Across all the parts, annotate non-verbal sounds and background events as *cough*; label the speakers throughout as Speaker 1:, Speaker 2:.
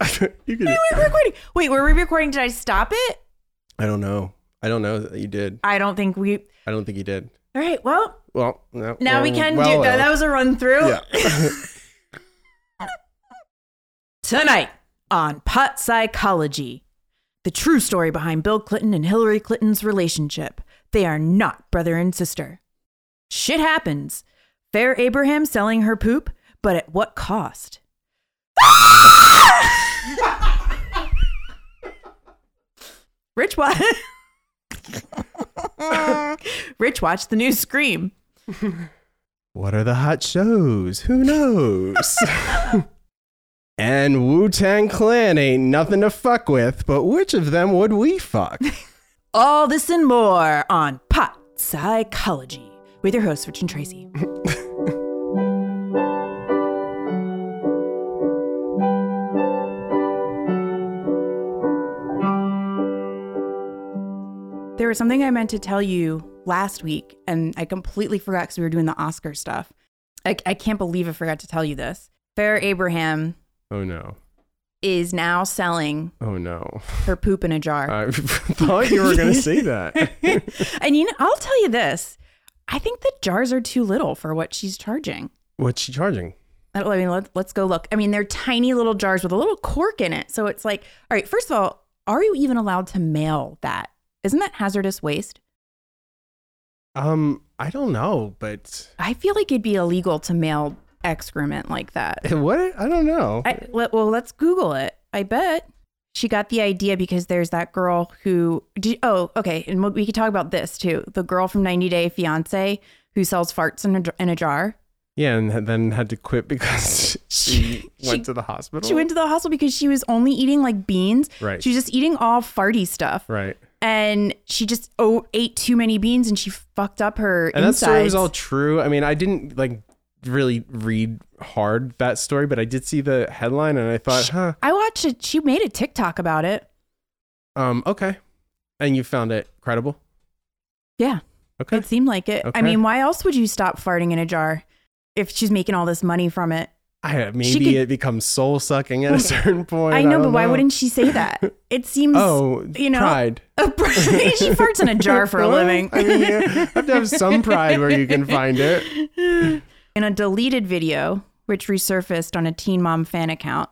Speaker 1: *laughs* you could.
Speaker 2: We're recording. Wait, were we recording? Did I stop it?
Speaker 1: I don't know. I don't know that you did.
Speaker 2: I don't think we.
Speaker 1: I don't think you did.
Speaker 2: All right. Well,
Speaker 1: Well, no.
Speaker 2: now we
Speaker 1: well,
Speaker 2: can
Speaker 1: Um, well,
Speaker 2: do that.
Speaker 1: well.
Speaker 2: That was a run through.
Speaker 1: Yeah. *laughs*
Speaker 2: Tonight on Pot Psychology, the true story behind Bill Clinton and Hillary Clinton's relationship. They are not brother and sister. Shit happens. Fair Abraham selling her poop, but at what cost? Rich wa- *laughs* Rich watched the news scream.
Speaker 1: What are the hot shows? Who knows? *laughs* and Wu Tang Clan ain't nothing to fuck with, but which of them would we
Speaker 2: *laughs*
Speaker 1: fuck?
Speaker 2: All this and more on Pot Psychology with your hosts, Rich and Tracy. *laughs* there was something I meant to tell you last week, and I completely forgot because we were doing the Oscar stuff. I, I can't believe I forgot to tell you this. Fair Abraham
Speaker 1: Oh no.
Speaker 2: is now selling
Speaker 1: Oh no. *laughs*
Speaker 2: her poop in a jar.
Speaker 1: I *laughs* thought you were going to say
Speaker 2: *laughs*
Speaker 1: that.
Speaker 2: and you know, I'll tell you this. I think the jars are too little for what she's charging.
Speaker 1: What's she charging?
Speaker 2: I don't- I mean, let, let's go look. I mean, they're tiny little jars with a little cork in it. So it's like, all right, first of all, are you even allowed to mail that? Isn't that hazardous waste?
Speaker 1: Um, I don't know, but *laughs*
Speaker 2: I feel like it'd be illegal to mail excrement like that.
Speaker 1: what? I don't know.
Speaker 2: I, let- well, let's Google it. I bet she got the idea because there's that girl who. Did, oh, okay, and we- we could talk about this too. The girl from 90 Day Fiance who sells farts in a, jar- in a jar.
Speaker 1: yeah, and then had to quit because *laughs* she,
Speaker 2: She-
Speaker 1: went to the hospital.
Speaker 2: She went to the hospital because she was only eating like beans.
Speaker 1: Right.
Speaker 2: She was just eating all farty stuff,
Speaker 1: right.
Speaker 2: and she just oh, ate too many beans, and she fucked up her
Speaker 1: and that
Speaker 2: insides.
Speaker 1: story was all true. I mean, I didn't like really read hard that story, but I did see the headline and I thought, huh,
Speaker 2: I watched it. She made a TikTok about it.
Speaker 1: um, okay. And you found it credible,
Speaker 2: Yeah,
Speaker 1: okay?
Speaker 2: it seemed like it. I
Speaker 1: Okay.
Speaker 2: mean, why else would you stop farting in a jar if she's making all this money from it?
Speaker 1: I, maybe
Speaker 2: could-
Speaker 1: it becomes soul sucking at a certain point.
Speaker 2: I know, but
Speaker 1: don't
Speaker 2: why wouldn't she say that? It seems
Speaker 1: *laughs* Oh,
Speaker 2: you know
Speaker 1: pride.
Speaker 2: *laughs* she farts in a jar for
Speaker 1: *laughs*
Speaker 2: a
Speaker 1: Really?
Speaker 2: living.
Speaker 1: I mean, you have to have some pride where you
Speaker 2: *laughs*
Speaker 1: can find it.
Speaker 2: In a deleted video, which resurfaced on a Teen Mom fan account,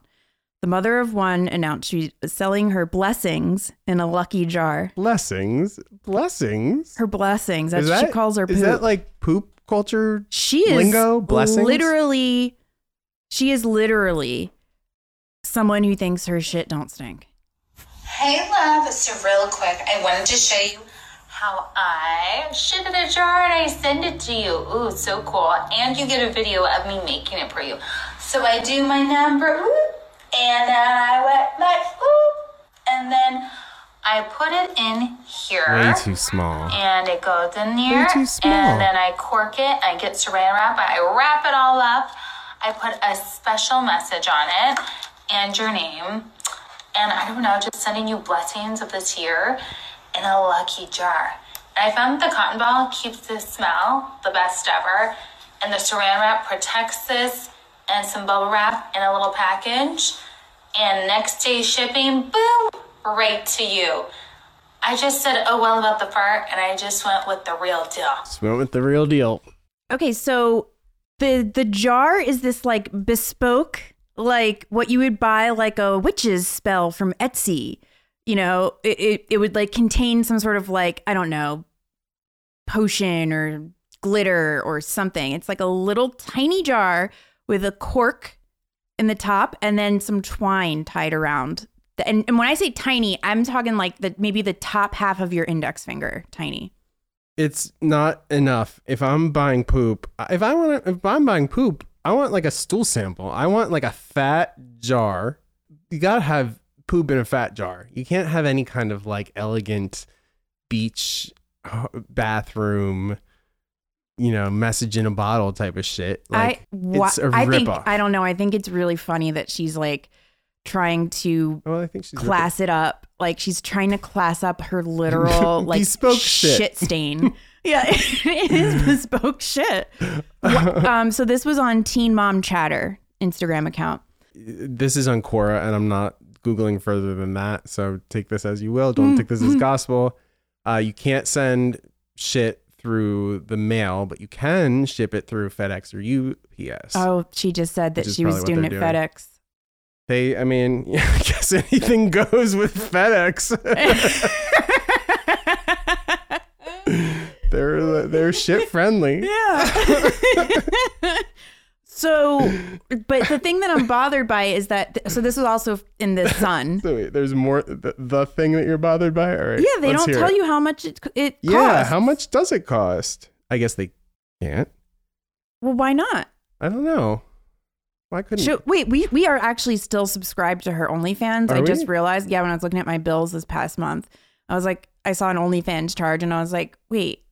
Speaker 2: the mother of one announced she was selling her blessings in a lucky jar.
Speaker 1: Blessings, blessings.
Speaker 2: Her blessings, that's
Speaker 1: Is
Speaker 2: what she
Speaker 1: that-
Speaker 2: calls her poop.
Speaker 1: Is that like poop culture?
Speaker 2: she is
Speaker 1: lingo? Blessings?
Speaker 2: literally, she is literally someone who thinks her shit don't stink.
Speaker 3: Hey, love. So, real quick, I wanted to show you how I ship in a jar and I send it to you. Ooh, so cool. And you get a video of me making it for you. So, I do my number, ooh, and then I wet my, ooh, and then I put it in here.
Speaker 1: small.
Speaker 3: And it goes in there.
Speaker 1: too small.
Speaker 3: And then I cork it. I get saran wrap. I wrap it all up. I put a special message on it and your name. And I don't know, just sending you blessings of this year in a lucky jar. And I found that the cotton ball keeps the smell the best ever. And the saran wrap protects this and some bubble wrap in a little package. And next day shipping, boom, right to you. I just said, oh, well, about the fart, and I just went with the real deal.
Speaker 1: Just went with the real deal.
Speaker 2: Okay, so the the jar is this like bespoke, like what you would buy like a witch's spell from Etsy. You know, it, it, it would like contain some sort of like, I don't know, potion or glitter or something. It's like a little tiny jar with a cork in the top and then some twine tied around. The- And, and when I say tiny, I'm talking like the maybe the top half of your index finger, tiny.
Speaker 1: it's not enough. If I'm buying poop, if I want, to, if I'm buying poop, I want like a stool sample. I want like a fat jar. You gotta have poop in a fat jar. You can't have any kind of like elegant beach uh, bathroom, you know, message in a bottle type of shit. Like
Speaker 2: I wha-
Speaker 1: it's a
Speaker 2: I think
Speaker 1: ripoff.
Speaker 2: I don't know. I think it's really funny that she's like trying to
Speaker 1: well, I think she's
Speaker 2: class it up. Like she's trying to class up
Speaker 1: *laughs*
Speaker 2: her literal like
Speaker 1: Bespoke shit.
Speaker 2: shit,
Speaker 1: *laughs*
Speaker 2: stain. yeah, *laughs* it is bespoke shit.
Speaker 1: *laughs*
Speaker 2: Wha- um, so this was on Teen Mom Chatter Instagram account.
Speaker 1: This is on Quora, and I'm not googling further than that. So take this as you will. Don't take this
Speaker 2: Mm-hmm.
Speaker 1: as gospel. Uh, you can't send shit through the mail, but you can ship it through FedEx or UPS.
Speaker 2: Oh, she just said that
Speaker 1: Which is
Speaker 2: she was
Speaker 1: probably
Speaker 2: doing
Speaker 1: what
Speaker 2: it
Speaker 1: they're
Speaker 2: FedEx.
Speaker 1: They, I mean, *laughs* yeah, I guess anything goes with FedEx. *laughs*
Speaker 2: *laughs*
Speaker 1: they're
Speaker 2: *laughs*
Speaker 1: they're shit friendly.
Speaker 2: yeah. *laughs* so, but the thing that I'm bothered by is that so this was also in
Speaker 1: *laughs*
Speaker 2: the sun.
Speaker 1: So wait, there's more the, the thing that you're bothered by. All right.
Speaker 2: Yeah, they
Speaker 1: let's
Speaker 2: don't
Speaker 1: hear
Speaker 2: tell
Speaker 1: it.
Speaker 2: you how much it, it
Speaker 1: Yeah,
Speaker 2: costs.
Speaker 1: how much does it cost? I guess they can't.
Speaker 2: Well, why not?
Speaker 1: I don't know. Why couldn't?
Speaker 2: Should, wait, we we are actually still subscribed to her OnlyFans.
Speaker 1: Are
Speaker 2: I
Speaker 1: we?
Speaker 2: just realized, yeah, when I was looking at my bills this past month, I was like, I saw an OnlyFans charge, and I was like, wait,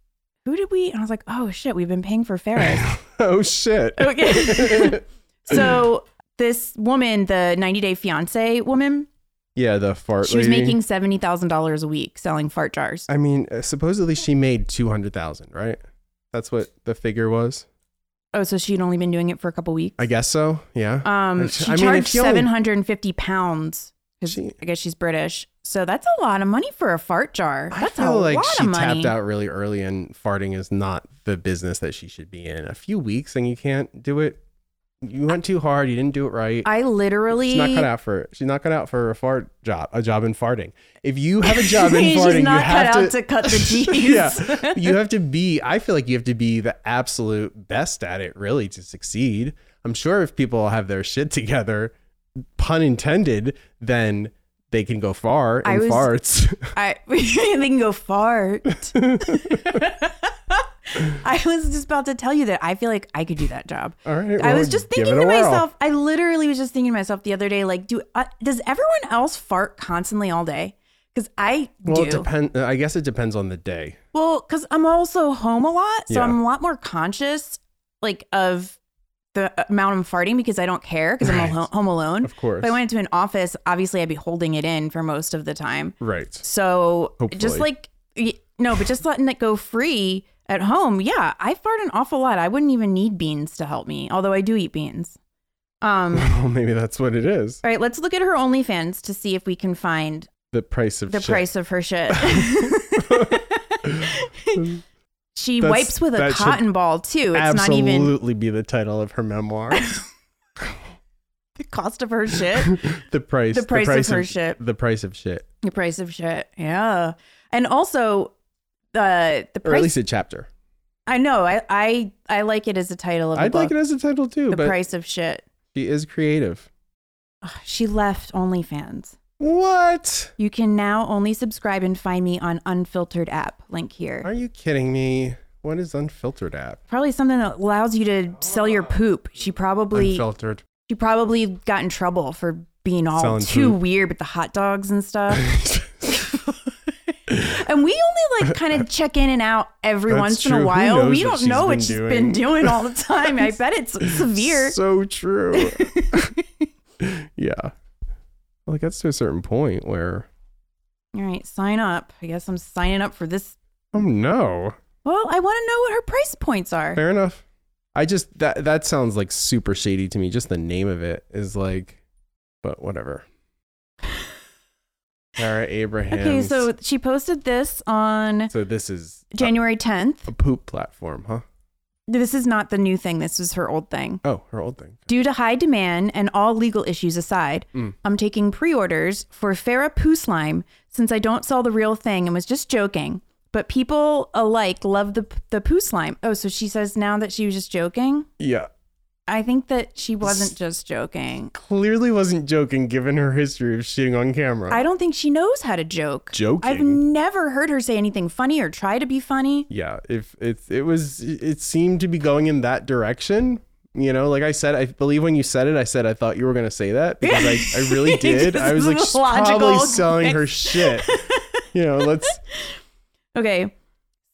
Speaker 2: who did we? And I was like, oh shit, we've been paying for Ferris.
Speaker 1: *laughs* *laughs* oh shit. *laughs*
Speaker 2: okay, so this woman, the 90 Day Fiance woman,
Speaker 1: yeah, the fart.
Speaker 2: she was
Speaker 1: lady.
Speaker 2: making seventy thousand dollars a week selling fart jars.
Speaker 1: I mean, uh, supposedly she made two hundred thousand, right? That's what the figure was.
Speaker 2: Oh, so she'd only been doing it for a couple weeks.
Speaker 1: I guess so. Yeah.
Speaker 2: Um,
Speaker 1: Which-
Speaker 2: she
Speaker 1: I mean, if
Speaker 2: charged
Speaker 1: she only-
Speaker 2: seven hundred and fifty pounds. 'cause
Speaker 1: She-
Speaker 2: I guess she's British, so that's a lot of money for a fart jar.
Speaker 1: I
Speaker 2: That's
Speaker 1: feel
Speaker 2: a
Speaker 1: like
Speaker 2: lot
Speaker 1: she
Speaker 2: of money.
Speaker 1: tapped out really early, and farting is not the business that she should be in. A few weeks, and you can't do it. You went too hard. You didn't do it right.
Speaker 2: I literally.
Speaker 1: She's not cut out for it. She's not cut out for a fart job. A job in farting. If you
Speaker 2: *laughs*
Speaker 1: have a job in
Speaker 2: She's
Speaker 1: farting, you
Speaker 2: not
Speaker 1: have
Speaker 2: cut
Speaker 1: to,
Speaker 2: out to
Speaker 1: *laughs*
Speaker 2: cut the cheese.
Speaker 1: yeah, you have to be. I feel like you have to be the absolute best at it, really, to succeed. I'm sure if people have their shit together, pun intended, then they can go far
Speaker 2: I
Speaker 1: in
Speaker 2: was-
Speaker 1: farts. *laughs*
Speaker 2: I *laughs* they can go fart. I was just about to tell you that I feel like I could do that job.
Speaker 1: All right,
Speaker 2: I
Speaker 1: well,
Speaker 2: was just
Speaker 1: give it
Speaker 2: thinking to
Speaker 1: a whirl.
Speaker 2: myself. I literally was just thinking to myself the other day, like, do uh, does everyone else fart constantly all day? Because I
Speaker 1: Well, it
Speaker 2: do.
Speaker 1: depend. I guess it depends on the day.
Speaker 2: Well, because I'm also home a lot, so
Speaker 1: Yeah.
Speaker 2: I'm a lot more conscious, like of the amount I'm farting because I don't care because I'm al- home alone.
Speaker 1: Of course.
Speaker 2: If I went to an office, obviously I'd be holding it in for most of the time.
Speaker 1: Right.
Speaker 2: So just
Speaker 1: Hopefully.
Speaker 2: like y- no, but just letting it go free at home. Yeah, I fart an awful lot. I wouldn't even need beans to help me, although I do eat beans. Um. all
Speaker 1: Well, *laughs* maybe that's what it is.
Speaker 2: right, let's look at her OnlyFans to see if we can find
Speaker 1: The price of
Speaker 2: the
Speaker 1: shit. *laughs*
Speaker 2: price of her shit. *laughs* she
Speaker 1: That's-
Speaker 2: wipes with a
Speaker 1: that should
Speaker 2: cotton ball too. It's not
Speaker 1: Absolutely
Speaker 2: even
Speaker 1: be the title of her memoir.
Speaker 2: *laughs* the cost of her shit.
Speaker 1: *laughs* the price.
Speaker 2: The price of her shit.
Speaker 1: The price of shit.
Speaker 2: the price of shit. Yeah. And also the the
Speaker 1: Or at
Speaker 2: price
Speaker 1: least a chapter.
Speaker 2: I know. I I I like it as the title of the
Speaker 1: I'd
Speaker 2: book.
Speaker 1: like it as a title too,
Speaker 2: the
Speaker 1: but
Speaker 2: price of shit.
Speaker 1: she is creative.
Speaker 2: Ugh, She left OnlyFans.
Speaker 1: What?
Speaker 2: You can now only subscribe and find me on Unfiltered app. Link here.
Speaker 1: Are you kidding me? What is unfiltered app?
Speaker 2: Probably something that allows you to sell your poop. She probably
Speaker 1: Unfiltered.
Speaker 2: she probably got in trouble for being all
Speaker 1: Selling
Speaker 2: too
Speaker 1: poop.
Speaker 2: weird with the hot dogs
Speaker 1: *laughs*
Speaker 2: and stuff. and we only like kind of check in and out every
Speaker 1: That's
Speaker 2: once in
Speaker 1: true.
Speaker 2: a
Speaker 1: Who
Speaker 2: while.
Speaker 1: knows
Speaker 2: We
Speaker 1: what
Speaker 2: don't
Speaker 1: she's
Speaker 2: know what
Speaker 1: been
Speaker 2: she's
Speaker 1: doing.
Speaker 2: been doing all
Speaker 1: *laughs*
Speaker 2: the time. I bet it's severe.
Speaker 1: So
Speaker 2: *laughs*
Speaker 1: true. yeah. Well, it gets to a certain point where
Speaker 2: All right, sign up. I guess I'm signing up for this.
Speaker 1: oh no.
Speaker 2: Well, I want to know what her price points are.
Speaker 1: Fair enough. I just that that sounds like super shady to me. Just the name of it is like, but
Speaker 2: *sighs*
Speaker 1: whatever. Tara Abraham.
Speaker 2: Okay, so she posted this on
Speaker 1: so this is a-
Speaker 2: January 10th.
Speaker 1: a poop platform, huh?
Speaker 2: This is not the new thing. This is her old thing.
Speaker 1: Oh, her old thing.
Speaker 2: Due to high demand and all legal issues aside,
Speaker 1: Mm.
Speaker 2: I'm taking pre orders for Farah Poo Slime since I don't sell the real thing and was just joking. But people alike love the, the poo slime. Oh, so she says now that she was just joking?
Speaker 1: Yeah.
Speaker 2: I think that she wasn't just joking.
Speaker 1: Clearly wasn't joking given her history of shitting on camera.
Speaker 2: I don't think she knows how to joke. I've
Speaker 1: joking.
Speaker 2: never heard her say anything funny or try to be funny.
Speaker 1: yeah, if it's it was it seemed to be going in that direction. You know, like I said, I believe when you said it, I said I thought you were gonna say that because I, I
Speaker 2: *laughs*
Speaker 1: really did. I was like,
Speaker 2: This is
Speaker 1: she's probably
Speaker 2: logical.
Speaker 1: selling her
Speaker 2: *laughs*
Speaker 1: shit. You know, let's
Speaker 2: Okay.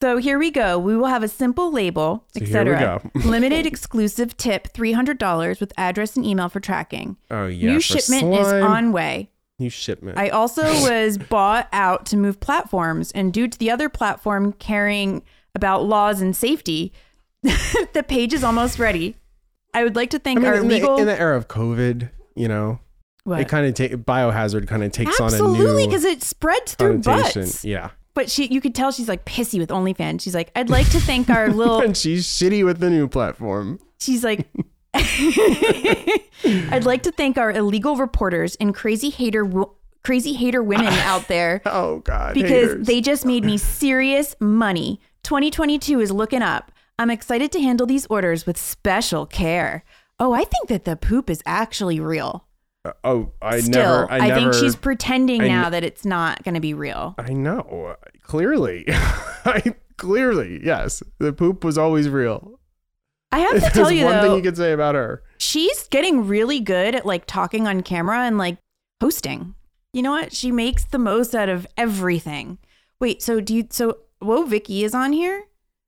Speaker 2: So here we go. We will have a simple label,
Speaker 1: So here we
Speaker 2: etc.
Speaker 1: *laughs*
Speaker 2: Limited exclusive tip, $300 with address and email for tracking.
Speaker 1: Oh yeah,
Speaker 2: New
Speaker 1: for
Speaker 2: shipment is
Speaker 1: slime.
Speaker 2: on way.
Speaker 1: New shipment.
Speaker 2: I also
Speaker 1: *laughs*
Speaker 2: was bought out to move platforms, and due to the other platform caring about laws and safety, *laughs* the page is almost ready. I would like to thank
Speaker 1: I mean,
Speaker 2: our
Speaker 1: in,
Speaker 2: legal.
Speaker 1: the, in the era of COVID, you know, It kind of take biohazard kind of takes on
Speaker 2: Absolutely,
Speaker 1: a new
Speaker 2: because it spreads through
Speaker 1: connotation.
Speaker 2: butts.
Speaker 1: Yeah,
Speaker 2: But she, you could tell she's like pissy with OnlyFans. She's like, I'd like to
Speaker 1: *laughs*
Speaker 2: thank our little.
Speaker 1: and she's shitty with the new platform.
Speaker 2: She's like, *laughs* I'd like to thank our illegal reporters and crazy hater, wo- crazy hater women out there
Speaker 1: Oh God,
Speaker 2: because
Speaker 1: haters.
Speaker 2: they just made me serious money. 2022 is looking up. I'm excited to handle these orders with special care. Oh, I think that the poop is actually real.
Speaker 1: oh I
Speaker 2: Still,
Speaker 1: never I, never,
Speaker 2: think she's pretending
Speaker 1: I
Speaker 2: now
Speaker 1: n-
Speaker 2: that it's not going to be real.
Speaker 1: I know clearly, *laughs* I clearly yes. The poop was always real.
Speaker 2: I
Speaker 1: *laughs*
Speaker 2: have to
Speaker 1: There's
Speaker 2: tell you
Speaker 1: one
Speaker 2: though,
Speaker 1: thing you could say about her.
Speaker 2: she's getting really good at like talking on camera and like hosting. You know what? She makes the most out of everything. Wait, so do you? So whoa, Vicky is on here.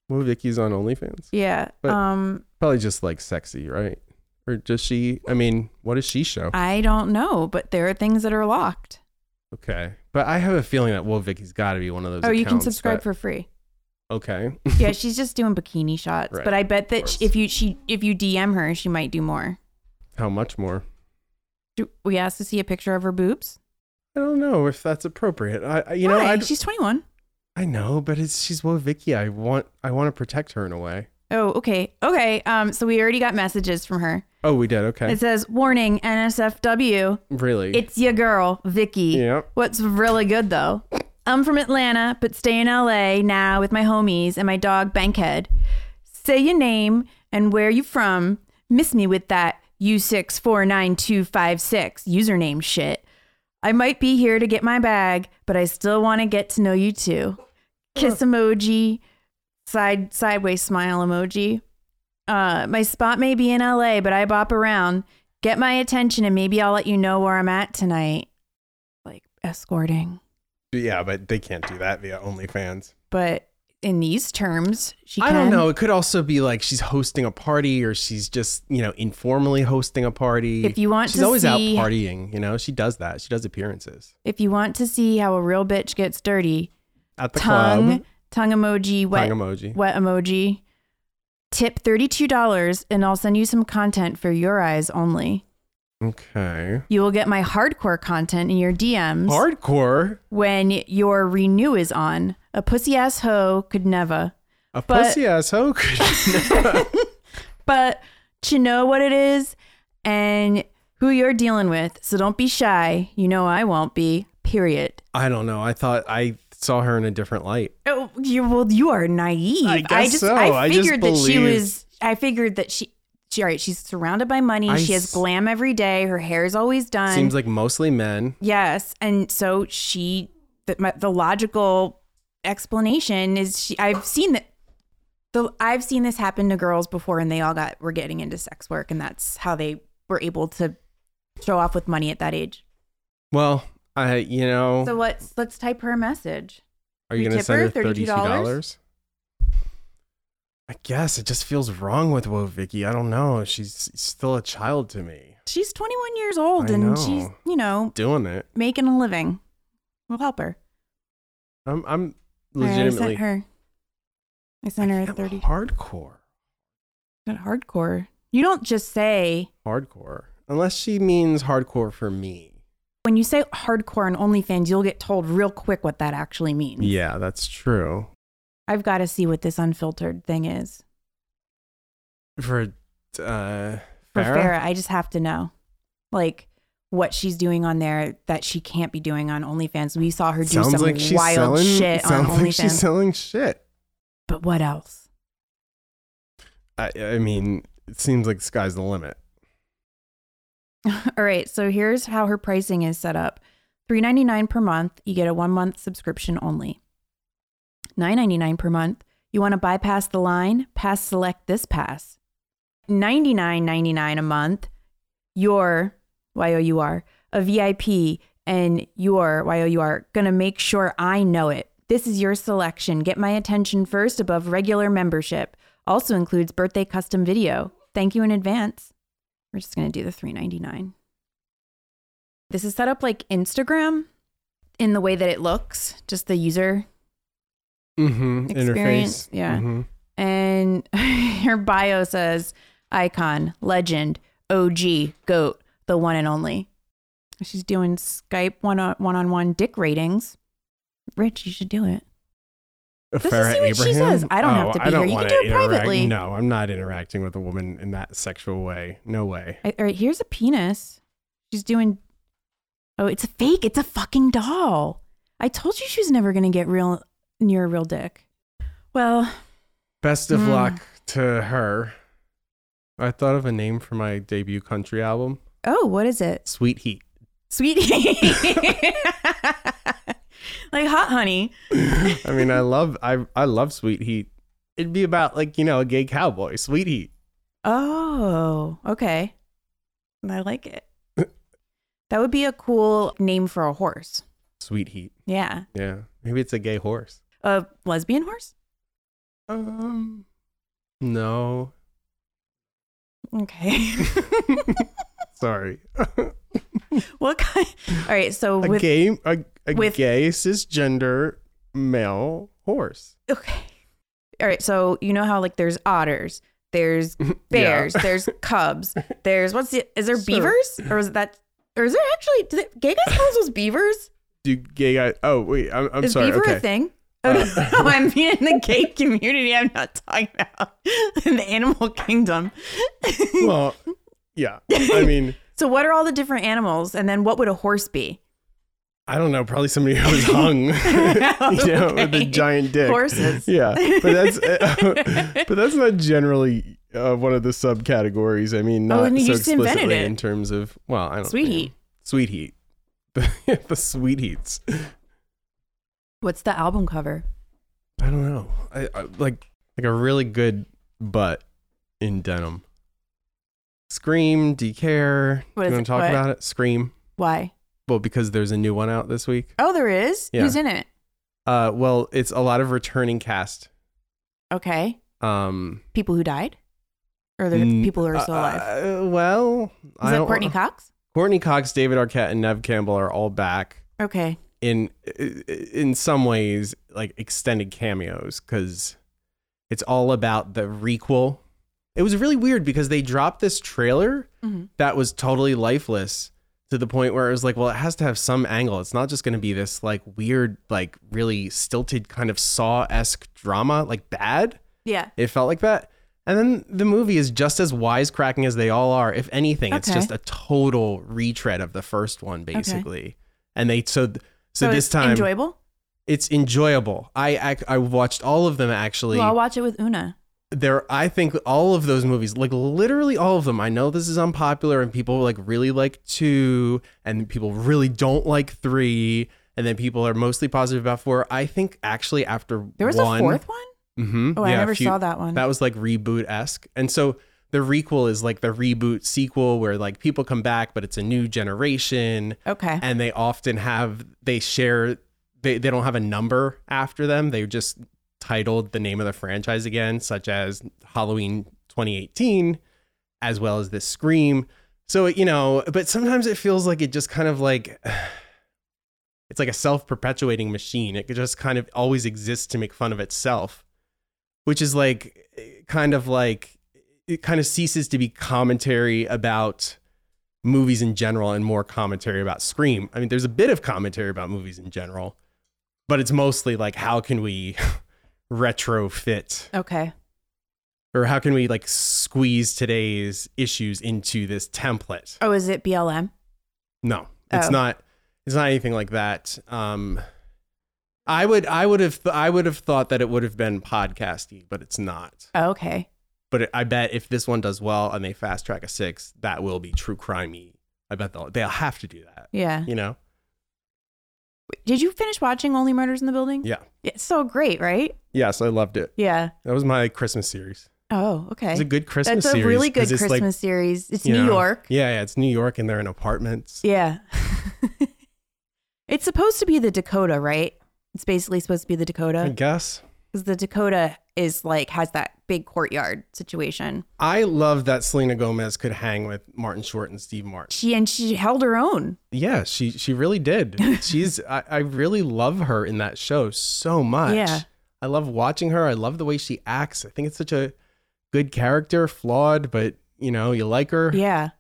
Speaker 1: Well, Vicky's on OnlyFans.
Speaker 2: Yeah.
Speaker 1: But-
Speaker 2: um,
Speaker 1: Probably just like sexy, right? Or does she? I mean, what does she show?
Speaker 2: I don't know, but there are things that are locked.
Speaker 1: Okay, but I have a feeling that Wolf Vicky's got to be one of those.
Speaker 2: Oh, you can
Speaker 1: accounts
Speaker 2: subscribe
Speaker 1: that-
Speaker 2: for free.
Speaker 1: Okay,
Speaker 2: Yeah, she's just doing bikini shots,
Speaker 1: Right,
Speaker 2: but I bet
Speaker 1: of
Speaker 2: that
Speaker 1: course.
Speaker 2: sh if you she if you DM her, she might do more.
Speaker 1: *laughs* how much more?
Speaker 2: Do we asked to see a picture of her boobs.
Speaker 1: I don't know if that's appropriate. I, I you know,
Speaker 2: Why?
Speaker 1: I,
Speaker 2: she's 21.
Speaker 1: I know, but it's she's Wolf Vicky. I want, I want to protect her in a way.
Speaker 2: Oh, okay. Okay. Um so we already got messages from her.
Speaker 1: Oh, we did. Okay,
Speaker 2: It says, "Warning, NSFW.
Speaker 1: really.
Speaker 2: It's your girl, Vicky.
Speaker 1: Yep.
Speaker 2: What's really good though? I'm from Atlanta, but stay in LA now with my homies and my dog Bankhead. Say your name and where you from. Miss me with that U649256 username shit. I might be here to get my bag, but I still want to get to know you too. Kiss emoji, side sideways smile emoji. Uh, my spot may be in LA, but I bop around. Get my attention and maybe I'll let you know where I'm at tonight. Like escorting.
Speaker 1: yeah, but they can't do that via OnlyFans.
Speaker 2: But in these terms, she
Speaker 1: I don't
Speaker 2: can.
Speaker 1: know. It could also be like she's hosting a party, or she's just you know informally hosting a party.
Speaker 2: If you want
Speaker 1: she's
Speaker 2: to
Speaker 1: always out
Speaker 2: see-
Speaker 1: partying. You know, she does that. She does appearances
Speaker 2: If you want to see how a real bitch gets dirty,
Speaker 1: at the
Speaker 2: tongue,
Speaker 1: club.
Speaker 2: tongue emoji, wet,
Speaker 1: Tongue emoji.
Speaker 2: wet emoji. Tip $32 and I'll send you some content for your eyes only.
Speaker 1: Okay.
Speaker 2: You will get my hardcore content in your DMs
Speaker 1: Hardcore.
Speaker 2: when your renew is on. A pussy ass hoe could never.
Speaker 1: A
Speaker 2: But-
Speaker 1: pussy ass hoe.
Speaker 2: but you know what it is and who you're dealing with. So don't be shy. You know I won't be. Period.
Speaker 1: *laughs* I don't know. I thought I saw her in a different light.
Speaker 2: Oh, you well, you are naive.
Speaker 1: I guess
Speaker 2: just
Speaker 1: so. I
Speaker 2: I
Speaker 1: just
Speaker 2: figured that she
Speaker 1: believed-
Speaker 2: was. I figured that she. She, all right, she's surrounded by money.
Speaker 1: I
Speaker 2: she has
Speaker 1: s-
Speaker 2: glam every day. Her hair is always done.
Speaker 1: Seems like mostly men.
Speaker 2: yes, and so she, the, my, the logical explanation is she. I've seen that. The I've seen this happen to girls before, and they all got were getting into sex work, and that's how they were able to show off with money at that age.
Speaker 1: Well, I you know,
Speaker 2: So let's let's type her a message.
Speaker 1: are you
Speaker 2: we
Speaker 1: gonna
Speaker 2: tip
Speaker 1: send her
Speaker 2: her
Speaker 1: thirty two dollars? I guess it just feels wrong with Woe Vicky. I don't know. She's still a child to me.
Speaker 2: She's 21 years old,
Speaker 1: I
Speaker 2: and
Speaker 1: know.
Speaker 2: she's you know
Speaker 1: Doing it.
Speaker 2: making a living. We'll help her.
Speaker 1: I'm I'm
Speaker 2: All right, I
Speaker 1: legitimately
Speaker 2: sent her. I sent her
Speaker 1: I
Speaker 2: a
Speaker 1: am
Speaker 2: thirty.
Speaker 1: hardcore.
Speaker 2: Not hardcore. You don't just say
Speaker 1: Hardcore. Unless she means hardcore for me.
Speaker 2: when you say hardcore on OnlyFans, you'll get told real quick what that actually means.
Speaker 1: Yeah, that's true.
Speaker 2: I've got to see what this unfiltered thing is
Speaker 1: For uh
Speaker 2: for
Speaker 1: Farrah?
Speaker 2: Farah. I just have to know, like what she's doing on there that she can't be doing on OnlyFans. We saw her do some wild shit on
Speaker 1: sounds like
Speaker 2: OnlyFans.
Speaker 1: she's selling shit.
Speaker 2: but what else?
Speaker 1: I, I mean, it seems like the sky's the limit.
Speaker 2: *laughs* All right, so here's how her pricing is set up. $3.99 per month, you get a 1-month subscription only. $9.99 per month, you want to bypass the line, pass select this pass. $99.99 a month, you're Y-O-U-R, a VIP and you're Y-O-U-R going to make sure I know it. This is your selection. Get my attention first above regular membership. Also includes birthday custom video. Thank you in advance. We're just going to do the 399. This is set up like Instagram in the way that it looks, just the user.
Speaker 1: Mm-hmm.
Speaker 2: Experience, yeah.
Speaker 1: Mhm.
Speaker 2: And *laughs* her bio says icon, legend, OG, goat, the one and only. She's doing Skype one on one on one dick ratings. Rich, you should do it. Let's just
Speaker 1: Farrah Oh,
Speaker 2: see what she says. I don't have to be
Speaker 1: I don't
Speaker 2: here. You can
Speaker 1: wanna
Speaker 2: do it
Speaker 1: interact-
Speaker 2: privately.
Speaker 1: No, I'm not interacting with a woman in that sexual way. No way.
Speaker 2: I, all right, here's a penis. She's doing. Oh, it's a fake. It's a fucking doll. I told you she was never gonna get real near a real dick. Well,
Speaker 1: Best of
Speaker 2: Mm.
Speaker 1: luck to her. I thought of a name for my debut country album,
Speaker 2: oh, what is it?
Speaker 1: Sweet Heat.
Speaker 2: Sweetie. *laughs* like hot honey.
Speaker 1: I mean, I love I I love Sweet Heat. It'd be about like, you know, a gay cowboy, Sweet Heat.
Speaker 2: Oh, okay. I like it. that would be a cool name for a horse.
Speaker 1: Sweet Heat.
Speaker 2: Yeah.
Speaker 1: Yeah. Maybe it's a gay horse.
Speaker 2: A lesbian horse?
Speaker 1: Um No.
Speaker 2: Okay. *laughs*
Speaker 1: Sorry.
Speaker 2: what kind? All right. So
Speaker 1: a
Speaker 2: with
Speaker 1: gay a, a
Speaker 2: with-
Speaker 1: gay cisgender male horse. *laughs*
Speaker 2: okay. All right. So you know how like there's otters, there's bears,
Speaker 1: *laughs*
Speaker 2: there's cubs, there's what's the is there
Speaker 1: Sure.
Speaker 2: beavers or is that or is there actually do they, gay guys call those beavers?
Speaker 1: Do gay guy Oh, wait. I'm, I'm
Speaker 2: is
Speaker 1: sorry.
Speaker 2: beaver
Speaker 1: Okay.
Speaker 2: a thing? Oh, *laughs*
Speaker 1: Uh, *laughs*
Speaker 2: no, I mean in the gay community. I'm not talking about *laughs* in the animal *laughs* kingdom.
Speaker 1: Well, yeah. I mean,
Speaker 2: So what are all the different animals, and then what would a horse be?
Speaker 1: *laughs*
Speaker 2: *laughs*
Speaker 1: I don't know, probably somebody who was hung, *laughs* you know, with a
Speaker 2: Okay.
Speaker 1: giant dick.
Speaker 2: Horses.
Speaker 1: Yeah, but
Speaker 2: *laughs*
Speaker 1: that's *laughs* but that's not generally uh, one of the subcategories. I mean,
Speaker 2: Oh,
Speaker 1: not
Speaker 2: and you
Speaker 1: so
Speaker 2: just invented
Speaker 1: explicitly
Speaker 2: it.
Speaker 1: in terms of well, I don't
Speaker 2: Sweet
Speaker 1: know.
Speaker 2: heat.
Speaker 1: sweet heat, *laughs* the, sweet heats.
Speaker 2: What's the album cover?
Speaker 1: I don't know, I, I, like like a really good butt in denim. Scream, do you care?
Speaker 2: What
Speaker 1: you
Speaker 2: is
Speaker 1: wanna
Speaker 2: it?
Speaker 1: talk
Speaker 2: What?
Speaker 1: about it? Scream.
Speaker 2: Why?
Speaker 1: Well, because there's a new one out this week.
Speaker 2: Oh, there is.
Speaker 1: Yeah.
Speaker 2: Who's in it?
Speaker 1: Uh, well, it's a lot of returning cast.
Speaker 2: Okay,
Speaker 1: Um,
Speaker 2: people who died, or the
Speaker 1: Mm,
Speaker 2: people who are still
Speaker 1: uh,
Speaker 2: alive.
Speaker 1: uh, well,
Speaker 2: Is
Speaker 1: I
Speaker 2: that
Speaker 1: don't
Speaker 2: Courtney Cox?
Speaker 1: Courtney Cox, David Arquette, and Nev Campbell are all back
Speaker 2: Okay.
Speaker 1: in in some ways like extended cameos because it's all about the requel. It was really weird because they dropped this trailer
Speaker 2: Mhm.
Speaker 1: that was totally lifeless to the point where it was like, well, it has to have some angle. It's not just going to be this like weird, like really stilted kind of Saw esque drama, like bad.
Speaker 2: Yeah.
Speaker 1: It felt like that. And then the movie is just as wisecracking as they all are. If anything, it's
Speaker 2: Okay.
Speaker 1: just a total retread of the first one, basically. And they so th- so, this
Speaker 2: it's
Speaker 1: time
Speaker 2: enjoyable.
Speaker 1: it's enjoyable. I, I I watched all of them actually.
Speaker 2: Well, I'll watch it with Una.
Speaker 1: there, I think all of those movies, like literally all of them. I know this is unpopular, and people like really like two, and people really don't like three, and then people are mostly positive about four. I think actually after
Speaker 2: There was
Speaker 1: one,
Speaker 2: a fourth one.
Speaker 1: hmm
Speaker 2: Oh, I never saw that one.
Speaker 1: that was like reboot esque. And so the requel is like the reboot sequel where like people come back, but it's a new generation.
Speaker 2: okay.
Speaker 1: And they often have, they share, they, they don't have a number after them. They just titled the name of the franchise again, such as Halloween 2018, as well as this Scream. So, you know, but sometimes it feels like it just kind of like, *sighs* it's like a self perpetuating machine. It just kind of always exists to make fun of itself which is like eh, kind of like it kind of ceases to be commentary about movies in general and more commentary about Scream. I mean, there's a bit of commentary about movies in general, but it's mostly like how can we *laughs* retrofit
Speaker 2: okay.
Speaker 1: or how can we like squeeze today's issues into this template?
Speaker 2: Oh, is it BLM?
Speaker 1: No, it's
Speaker 2: Oh.
Speaker 1: not. It's not anything like that. Um, I would, I would have, I would have thought that it would have been podcasty, but it's not.
Speaker 2: Oh, okay.
Speaker 1: But it- I bet if this one does well and they fast track a six, that will be true crimey. I bet they'll they'll have to do that.
Speaker 2: Yeah.
Speaker 1: You know?
Speaker 2: Did you finish watching Only Murders in the Building?
Speaker 1: Yeah.
Speaker 2: It's so great, right?
Speaker 1: Yes, I loved it.
Speaker 2: Yeah.
Speaker 1: That was my Christmas series.
Speaker 2: Oh, okay.
Speaker 1: It's a good Christmas
Speaker 2: That's a
Speaker 1: series.
Speaker 2: really good
Speaker 1: 'cause it's
Speaker 2: Christmas
Speaker 1: like,
Speaker 2: series. It's
Speaker 1: you
Speaker 2: New
Speaker 1: know,
Speaker 2: York.
Speaker 1: Yeah, yeah, it's New York, and they're in apartments.
Speaker 2: Yeah. *laughs* it's supposed to be the Dakota, right? It's basically supposed to be the
Speaker 1: I
Speaker 2: Dakota
Speaker 1: guess.
Speaker 2: because the Dakota is like has that big courtyard situation.
Speaker 1: I love that Selena Gomez could hang with Martin Short and Steve Martin.
Speaker 2: She and she held her own.
Speaker 1: Yeah, she she really
Speaker 2: *laughs*
Speaker 1: did. She's I, I really love her in that show so much.
Speaker 2: Yeah.
Speaker 1: I love watching her. I love the way she acts. I think it's such a good character, flawed, but you know, you like her.
Speaker 2: Yeah.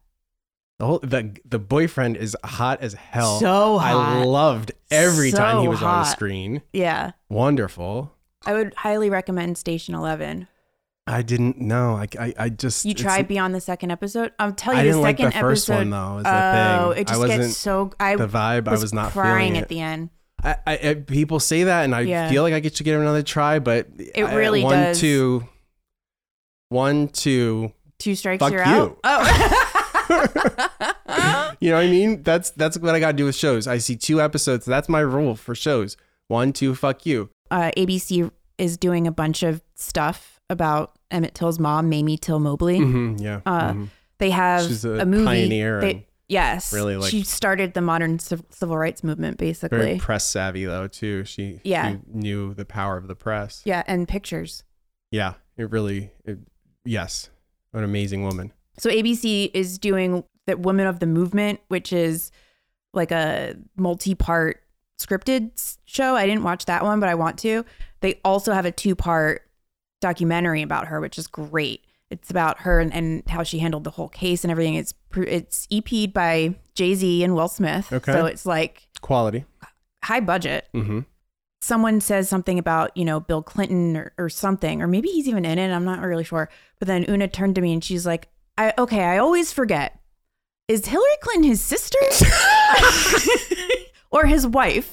Speaker 1: The whole the the boyfriend is hot as hell.
Speaker 2: So
Speaker 1: I
Speaker 2: hot.
Speaker 1: loved every time he
Speaker 2: So
Speaker 1: was on the
Speaker 2: hot.
Speaker 1: screen.
Speaker 2: Yeah.
Speaker 1: Wonderful.
Speaker 2: I would highly recommend Station 11.
Speaker 1: I didn't know. I I, I just
Speaker 2: You
Speaker 1: it's-
Speaker 2: tried beyond the second episode. I'll tell you
Speaker 1: I
Speaker 2: the
Speaker 1: didn't like
Speaker 2: second
Speaker 1: the first
Speaker 2: episode.
Speaker 1: one, though, is the
Speaker 2: oh,
Speaker 1: thing.
Speaker 2: it
Speaker 1: I
Speaker 2: just
Speaker 1: wasn't-
Speaker 2: gets so I
Speaker 1: the vibe. I was not
Speaker 2: crying
Speaker 1: feeling
Speaker 2: at the end.
Speaker 1: I, I, I people say that, and I
Speaker 2: Yeah.
Speaker 1: feel like I get to give it another try, but
Speaker 2: It really
Speaker 1: one
Speaker 2: does.
Speaker 1: two one two.
Speaker 2: Two strikes,
Speaker 1: Fuck
Speaker 2: you're
Speaker 1: you.
Speaker 2: out. Oh. *laughs*
Speaker 1: You know what I mean? That's that's what I got to do with shows. I see two episodes. That's my rule for shows. One two. Fuck you.
Speaker 2: uh, ABC is doing a bunch of stuff about Emmett Till's mom, Mamie Till Mobley.
Speaker 1: hmm yeah.
Speaker 2: Uh,
Speaker 1: mhm.
Speaker 2: They have
Speaker 1: She's a
Speaker 2: a, movie.
Speaker 1: pioneer
Speaker 2: they-
Speaker 1: and
Speaker 2: yes,
Speaker 1: really, like-
Speaker 2: she started the modern civ- civil rights movement, basically.
Speaker 1: Very press savvy though too. She
Speaker 2: Yeah.
Speaker 1: she knew the power of the press.
Speaker 2: yeah, and pictures.
Speaker 1: Yeah, it really. It, yes, an amazing woman.
Speaker 2: So ABC is doing that Women of the Movement, which is like a multi-part scripted s- show. I didn't watch that one, but I want to. They also have a two-part documentary about her, which is great. It's about her and, and how she handled the whole case and everything. It's pr- it's EP'd by Jay Z and Will Smith,
Speaker 1: Okay.
Speaker 2: so it's like
Speaker 1: Quality.
Speaker 2: high budget.
Speaker 1: Mm-hmm.
Speaker 2: Someone says something about you know Bill Clinton or, or something, or maybe he's even in it. I'm not really sure. But then Una turned to me and she's like, "I okay, I always forget. Is Hillary Clinton
Speaker 1: *laughs*
Speaker 2: his sister or his wife?"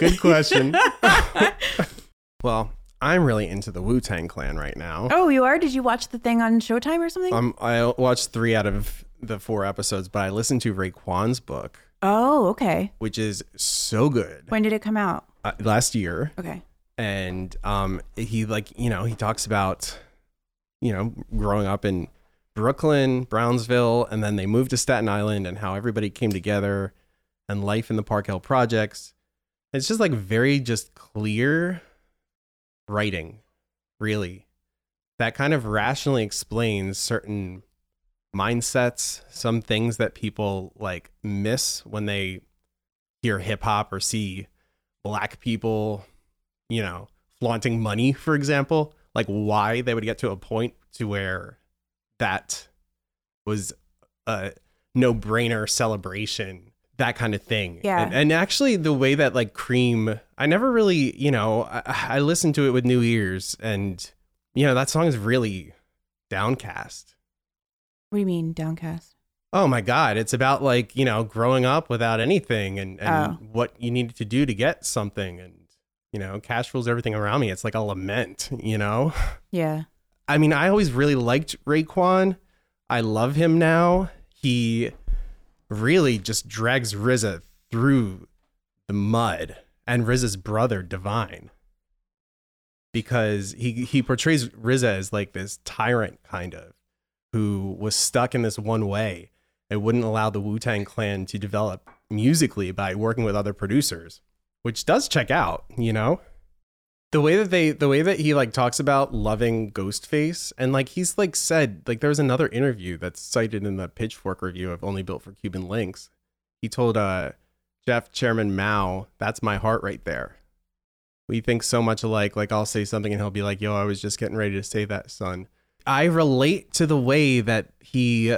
Speaker 1: Good
Speaker 2: *laughs*
Speaker 1: question. *laughs* well, I'm really into the Wu Tang Clan right now.
Speaker 2: Oh, you are? Did you watch the thing on Showtime or something?
Speaker 1: Um, I watched three out of the four episodes, but I listened to Raekwon's book,
Speaker 2: oh, okay.
Speaker 1: which is so good.
Speaker 2: When did it come out?
Speaker 1: Uh, last year,
Speaker 2: Okay.
Speaker 1: and um, he like you know he talks about you know growing up in Brooklyn, Brownsville, and then they moved to Staten Island, and how everybody came together, and life in the Park Hill projects. It's just like very just clear writing, really. That kind of rationally explains certain mindsets, some things that people like miss when they hear hip hop or see black people you know, flaunting money, for example, like why they would get to a point to where that was a no brainer celebration, that kind of thing.
Speaker 2: Yeah.
Speaker 1: And, and actually, the way that like Cream, I never really, you know, I, I listened to it with new ears and, you know, that song is really downcast.
Speaker 2: What do you mean, Downcast?
Speaker 1: Oh my God. It's about like, you know, growing up without anything and, and
Speaker 2: Oh.
Speaker 1: what you needed to do to get something. And, you know, cash rules everything around me. It's like a lament, you know?
Speaker 2: Yeah.
Speaker 1: I mean, I always really liked Raekwon. I love him now. He really just drags RZA through the mud and RZA's brother Divine because he he portrays RZA as like this tyrant kind of who was stuck in this one way and wouldn't allow the Wu Tang Clan to develop musically by working with other producers, which does check out, you know the way that they the way that he like talks about loving ghostface and like he's like said like there was another interview that's cited in the pitchfork review of only built for cuban links he told uh jeff chairman mao that's my heart right there we think so much alike like i'll say something and he'll be like yo i was just getting ready to say that son i relate to the way that he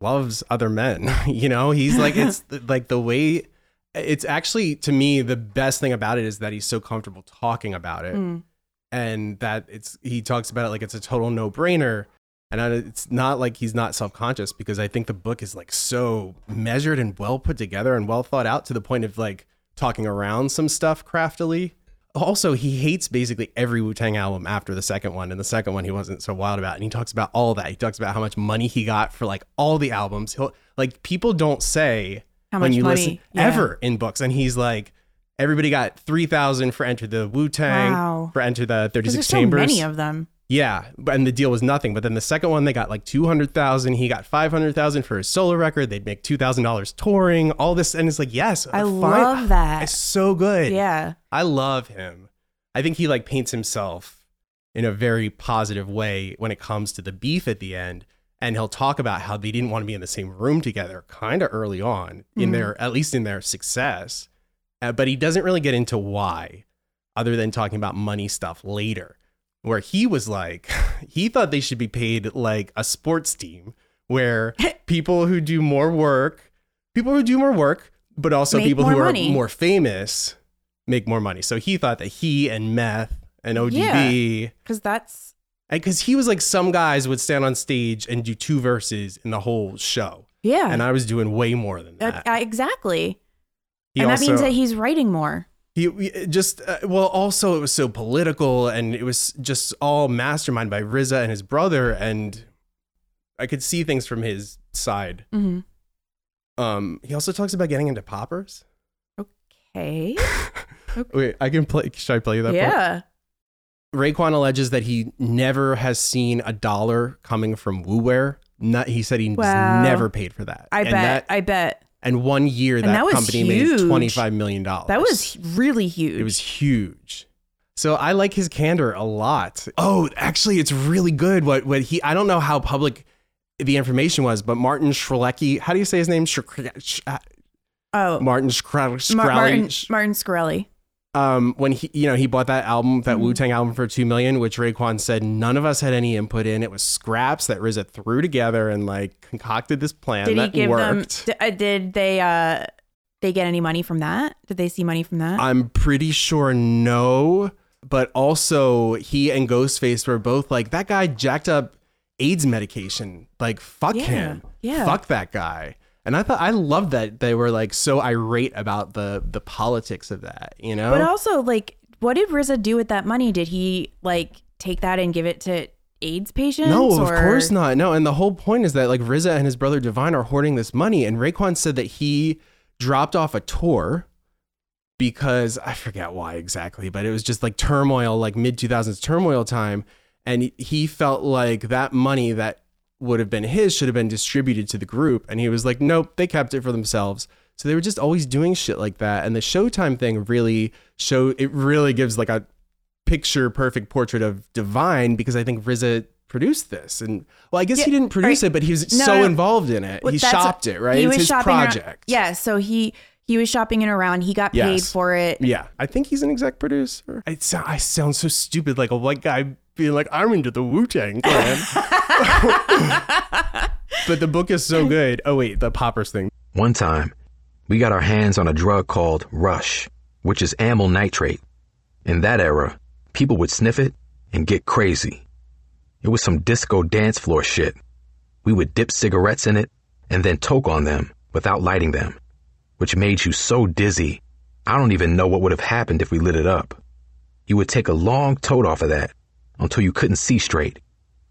Speaker 1: loves other men *laughs* you know he's like it's like the way it's actually to me the best thing about it is that he's so comfortable talking about it
Speaker 2: Mm.
Speaker 1: and that it's he talks about it like it's a total no-brainer and I, it's not like he's not self-conscious because i think the book is like so measured and well put together and well thought out to the point of like talking around some stuff craftily also he hates basically every wu-tang album after the second one and the second one he wasn't so wild about and he talks about all that he talks about how much money he got for like all the albums he'll like people don't say
Speaker 2: How
Speaker 1: when
Speaker 2: much
Speaker 1: you
Speaker 2: money?
Speaker 1: listen
Speaker 2: Yeah.
Speaker 1: ever in books and he's like everybody got 3000 for enter the wu-tang
Speaker 2: Wow.
Speaker 1: for enter the 36
Speaker 2: Because there's
Speaker 1: chambers
Speaker 2: so many of them.
Speaker 1: yeah but- and the deal was nothing but then the second one they got like 200000 he got 500000 for his solo record they'd make $2000 touring all this and it's like yes
Speaker 2: I
Speaker 1: fine.
Speaker 2: love that.
Speaker 1: it's so good
Speaker 2: Yeah.
Speaker 1: I love him. I think he like paints himself in a very positive way when it comes to the beef at the end. And he'll talk about how they didn't want to be in the same room together kind of early on in
Speaker 2: Mhm.
Speaker 1: their, at least in their success. Uh, but he doesn't really get into why, other than talking about money stuff later. where he was like, *laughs* he thought they should be paid like a sports team,
Speaker 2: *laughs*
Speaker 1: where people who do more work, people who do more work, but also
Speaker 2: Make
Speaker 1: people who
Speaker 2: more
Speaker 1: are
Speaker 2: money.
Speaker 1: more famous make more money. So he thought that he and meth and ODB,
Speaker 2: Because that's
Speaker 1: because he was like, some guys would stand on stage and do two verses in the whole show.
Speaker 2: yeah.
Speaker 1: And I was doing way more than
Speaker 2: That-
Speaker 1: that.
Speaker 2: I- exactly.
Speaker 1: He
Speaker 2: and
Speaker 1: also-
Speaker 2: that means that he's writing more.
Speaker 1: He we- it just uh, well, also it was so political, and it was just all mastermind by Riza and his brother, and I could see things from his side.
Speaker 2: hmm
Speaker 1: Um, he also talks about getting into poppers.
Speaker 2: Okay.
Speaker 1: Wait, I can play. Should I play you that? part?
Speaker 2: yeah.
Speaker 1: Raekwon alleges that he never has seen a dollar coming from WooWare. Not, he said he's
Speaker 2: Wow.
Speaker 1: never paid for that.
Speaker 2: I
Speaker 1: and That,
Speaker 2: bet. I bet.
Speaker 1: and one year that,
Speaker 2: And that was
Speaker 1: company
Speaker 2: huge.
Speaker 1: made twenty five million dollars.
Speaker 2: That was really huge.
Speaker 1: It was huge. So I like his candor a lot. Oh, actually, it's really good. What what he? I don't know how public the information was, but Martin Schrelecki. How do you say his name? Shkreli- Sh- uh,
Speaker 2: oh,
Speaker 1: Martin Shkreli.
Speaker 2: Mar- Martin,
Speaker 1: Shkreli-
Speaker 2: Martin Scarelli.
Speaker 1: Um, when he, you know, he bought that album,
Speaker 2: Mm-hmm.
Speaker 1: that Wu Tang album for two million, which Raekwon said none of us had any input in. It was scraps that RZA threw together and like concocted this plan
Speaker 2: Did he
Speaker 1: that
Speaker 2: give
Speaker 1: worked.
Speaker 2: them? d- uh, Did they? Uh, they get any money from that? Did they see money from that?
Speaker 1: I'm pretty sure no, but also he and Ghostface were both like that guy jacked up AIDS medication. Like fuck
Speaker 2: Yeah,
Speaker 1: him.
Speaker 2: yeah.
Speaker 1: Fuck that guy. And I thought I loved that they were like so irate about the the politics of that, you know?
Speaker 2: But also, like, what did RZA do with that money? Did he like take that and give it to AIDS patients?
Speaker 1: no, of
Speaker 2: or-
Speaker 1: course not. No, and the whole point is that like Riza and his brother Divine are hoarding this money, and Raekwon said that he dropped off a tour because I forget why exactly, but it was just like turmoil, like mid 2000s turmoil time. And he- he felt like that money that would have been his should have been distributed to the group. And he was like, nope, they kept it for themselves. So they were just always doing shit like that. And the Showtime thing really show it really gives like a picture perfect portrait of Divine because I think RZA produced this. And well, I guess he
Speaker 2: Yeah,
Speaker 1: didn't produce
Speaker 2: right.
Speaker 1: it, but he was
Speaker 2: No,
Speaker 1: so
Speaker 2: no.
Speaker 1: involved in it.
Speaker 2: Well,
Speaker 1: he
Speaker 2: that's-
Speaker 1: shopped it, right?
Speaker 2: He
Speaker 1: it's
Speaker 2: was
Speaker 1: his
Speaker 2: shopping around-
Speaker 1: project.
Speaker 2: yeah, so he he was shopping it around. He got paid
Speaker 1: Yes.
Speaker 2: for it.
Speaker 1: Yeah, I think he's an exec producer. I sound, I sound so stupid, like a white guy being like, "I'm into the Wu Tang Clan." *laughs* but the book is so good. Oh wait, the poppers thing.
Speaker 4: One time, we got our hands on a drug called Rush, which is amyl nitrate. In that era, people would sniff it and get crazy. It was some disco dance floor shit. We would dip cigarettes in it and then toke on them without lighting them, which made you so dizzy, I don't even know what would have happened if we lit it up. You would take a long tote off of that until you couldn't see straight,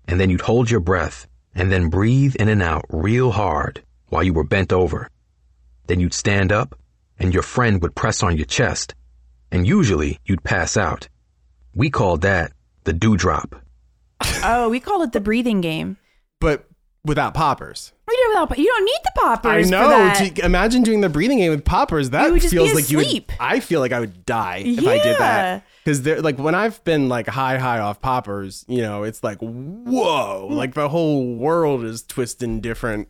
Speaker 4: and then you'd hold your breath and then breathe in and out real hard while you were bent over. Then you'd stand up and your friend would press on your chest, and usually you'd pass out. We called that the dewdrop.
Speaker 2: Oh, we call it the breathing game.
Speaker 1: But without poppers,
Speaker 2: We did it without. You don't need the poppers.
Speaker 1: I know.
Speaker 2: For that.
Speaker 1: To imagine doing the breathing game with poppers, that
Speaker 2: You would just be
Speaker 1: feels like you
Speaker 2: asleep.
Speaker 1: would. I feel like I would die if I did
Speaker 2: Yeah.
Speaker 1: that. Because they're like when I've been like high, high off poppers, you know, it's like whoa, like the whole world is twisting different.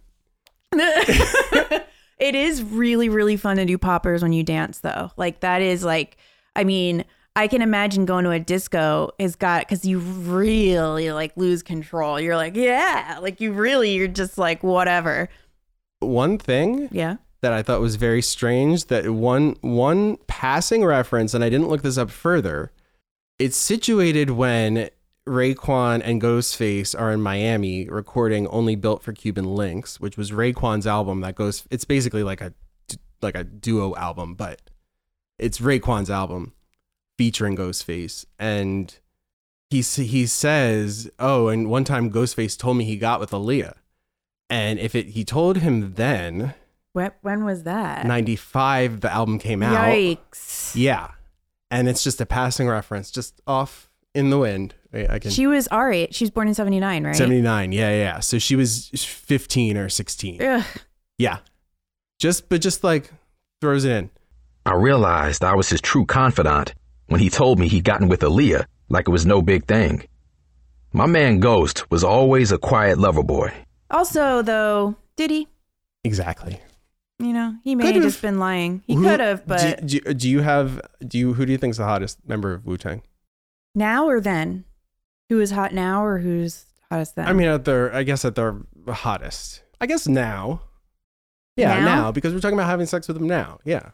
Speaker 2: *laughs*
Speaker 1: *laughs*
Speaker 2: It is really, really fun to do poppers when you dance, though. Like, that is like, I mean, I can imagine going to a disco has got, because you really like lose control. You're like, yeah, like you really, you're just like, whatever.
Speaker 1: One thing
Speaker 2: Yeah.
Speaker 1: that I thought was very strange that one one passing reference, and I didn't look this up further. It's situated when Raekwon and Ghostface are in Miami recording "Only Built for Cuban Links," which was Raekwon's album that goes. It's basically like a like a duo album, but it's Raekwon's album featuring Ghostface, and he s- he says, "Oh, and one time Ghostface told me he got with Aaliyah." And if it, he told him then,
Speaker 2: When, when was that?
Speaker 1: 95 the album came out
Speaker 2: Yikes.
Speaker 1: yeah and it's just a passing reference just off in the wind Wait, i can
Speaker 2: She was all right. She was born in 79, right?
Speaker 1: 79 yeah yeah so she was 15 or 16 yeah,
Speaker 2: Ugh.
Speaker 1: just but just like throws it in
Speaker 4: I realized I was his true confidant when he told me he'd gotten with Aaliyah like it was no big thing. My man Ghost was always a quiet lover boy.
Speaker 2: Also, though, did he?
Speaker 1: exactly
Speaker 2: You know, he may
Speaker 1: Could've.
Speaker 2: have just been lying. He
Speaker 1: Who-
Speaker 2: could have, but
Speaker 1: do, do, do you have do you who do you think's the hottest member of wu-tang
Speaker 2: now or then? who is hot now or who's hottest then?
Speaker 1: I mean, at their, I guess at their hottest. I guess now. Yeah,
Speaker 2: Now?
Speaker 1: now? because we're talking about having sex with them now. Yeah,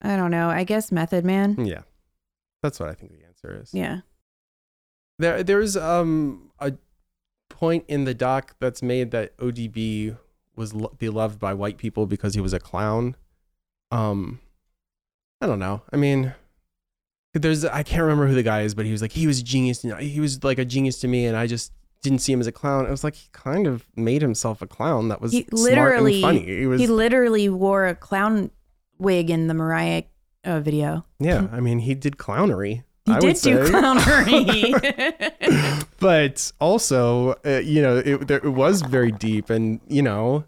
Speaker 2: I don't know. I guess Method Man.
Speaker 1: yeah. That's what I think the answer is.
Speaker 2: Yeah.
Speaker 1: There, there's um a point in the doc that's made that ODB was lo- beloved by white people because he was a clown. Um, I don't know. I mean, there's I can't remember who the guy is, but he was like he was a genius. You know, he was like a genius to me, and I just didn't see him as a clown. It was like he kind of made himself a clown that was
Speaker 2: He
Speaker 1: literally
Speaker 2: literally
Speaker 1: smart and funny. He was
Speaker 2: he literally wore a clown wig in the Mariah uh, video.
Speaker 1: yeah. I mean, he did clownery.
Speaker 2: He
Speaker 1: I would
Speaker 2: did do
Speaker 1: say. *laughs*
Speaker 2: clownery. *laughs*
Speaker 1: but also, uh, you know, it, there, it was very deep, and you know,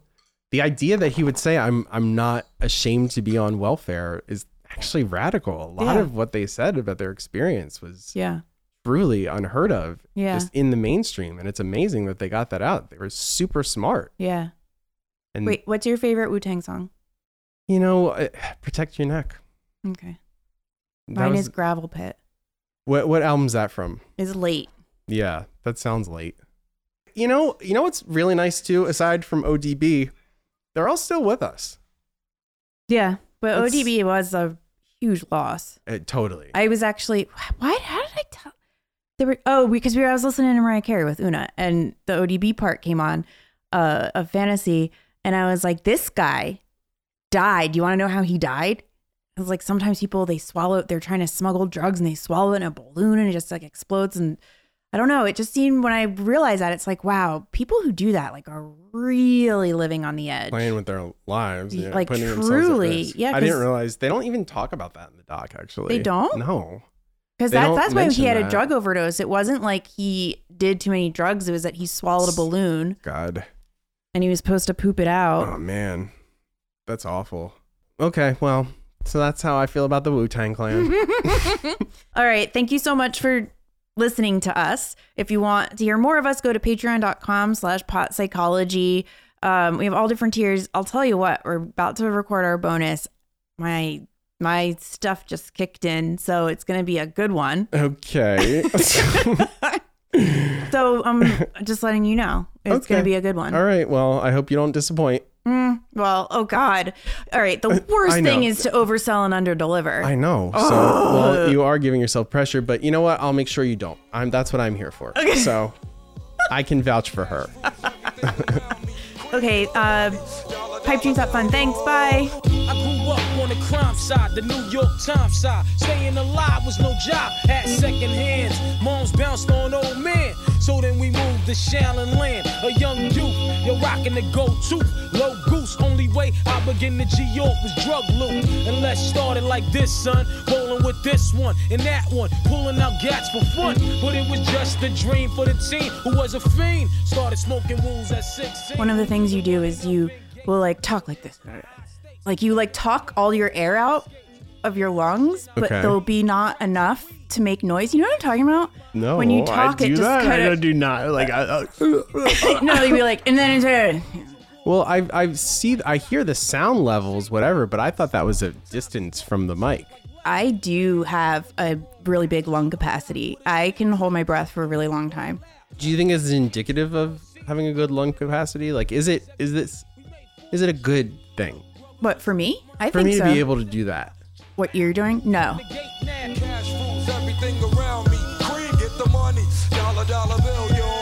Speaker 1: the idea that he would say, "I'm I'm not ashamed to be on welfare," is actually radical. A lot
Speaker 2: Yeah.
Speaker 1: of what they said about their experience was
Speaker 2: yeah.
Speaker 1: truly unheard of,
Speaker 2: Yeah.
Speaker 1: just in the mainstream, and it's amazing that they got that out. They were super smart,
Speaker 2: Yeah.
Speaker 1: and
Speaker 2: Wait, what's your favorite Wu Tang song?
Speaker 1: you know, uh, protect your neck.
Speaker 2: Okay.
Speaker 1: That
Speaker 2: Mine
Speaker 1: was-
Speaker 2: is Gravel Pit.
Speaker 1: what what album's that from?
Speaker 2: Is late.
Speaker 1: Yeah, that sounds late. You know, you know what's really nice too, aside from ODB, they're all still with us.
Speaker 2: Yeah. But
Speaker 1: It's-
Speaker 2: ODB was a huge loss.
Speaker 1: Uh, totally.
Speaker 2: I was actually why how did I tell there were oh because we were I was listening to Mariah Carey with Una and the ODB part came on uh of fantasy and I was like this guy died. You want to know how he died? I was like sometimes people they swallow they're trying to smuggle drugs and they swallow it in a balloon and it just like explodes and I don't know. It just seemed when I realized that it's like wow people who do that like are really living on the edge.
Speaker 1: playing with their lives,
Speaker 2: Y-
Speaker 1: yeah,
Speaker 2: like,
Speaker 1: putting themselves at
Speaker 2: truly,
Speaker 1: risk.
Speaker 2: yeah,
Speaker 1: I didn't
Speaker 2: 'cause-
Speaker 1: realize they don't even talk about that in the doc. Actually,
Speaker 2: They don't?
Speaker 1: No,
Speaker 2: Because
Speaker 1: They
Speaker 2: that's
Speaker 1: don't
Speaker 2: that's why he
Speaker 1: mention
Speaker 2: had a
Speaker 1: that.
Speaker 2: drug overdose. It wasn't like he did too many drugs. It was that he swallowed a balloon
Speaker 1: God,
Speaker 2: and he was supposed to poop
Speaker 1: oh
Speaker 2: it out.
Speaker 1: man, that's awful. Okay, well, so that's how I feel about the Wu Tang
Speaker 2: *laughs*
Speaker 1: Clan.
Speaker 2: All right. Thank you so much for listening to us. If you want to hear more of us, go to patreon.com slash pot psychology. Um, we have all different tiers. I'll tell you what, we're about to record our bonus. My my stuff just kicked in, so it's gonna be a good one. *laughs*
Speaker 1: okay,
Speaker 2: So I'm just letting you know. It's
Speaker 1: *laughs*
Speaker 2: gonna
Speaker 1: Okay.
Speaker 2: be a good one.
Speaker 1: all right. Well, I hope you don't disappoint.
Speaker 2: Mm, well, oh God. All right. The worst
Speaker 1: I know.
Speaker 2: thing is to oversell and underdeliver.
Speaker 1: I know. So, well, you are giving yourself pressure, but you know what? I'll make sure you don't. I'm. That's what I'm here for. Okay. So, I can vouch for her.
Speaker 2: Okay. Uh, pipe dreams up fun. Thanks. Bye.
Speaker 5: I grew up on the crime side, the New York Times side. Staying alive was no job, had second hands. Moms bounced on old men. So then we moved to Shallon Land, a young youth. You're rocking the gold tooth, low goose. Only way I began to G York was drug loot. And let's start it like this, son. Rolling with this one and that one, pulling out gats for fun. But it was just a dream for the teen who was a fiend. Started smoking wools at 16.
Speaker 2: One of the things you do is you will like talk like this. Like you like talk all your air out of your lungs, but
Speaker 1: Okay.
Speaker 2: there'll be not enough to make noise. You know what I'm talking about?
Speaker 1: No,
Speaker 2: When you talk,
Speaker 1: I do
Speaker 2: it just
Speaker 1: that.
Speaker 2: kind
Speaker 1: I
Speaker 2: of
Speaker 1: do not like. I, *laughs* I,
Speaker 2: *laughs* no. You'll be like, and then it's
Speaker 1: Well, I I see I hear the sound levels, whatever, but I thought that was a distance from the mic.
Speaker 2: I do have a really big lung capacity. I can hold my breath for a really long time.
Speaker 1: Do you think it's indicative of having a good lung capacity? Like, is it is this is it a good thing
Speaker 2: But for me, I
Speaker 1: for
Speaker 2: think
Speaker 1: me
Speaker 2: so.
Speaker 1: to be able to do that?
Speaker 2: what you're doing? No.
Speaker 6: Cash rules everything around me. Cream, get the money. Dollar, dollar bill, yo.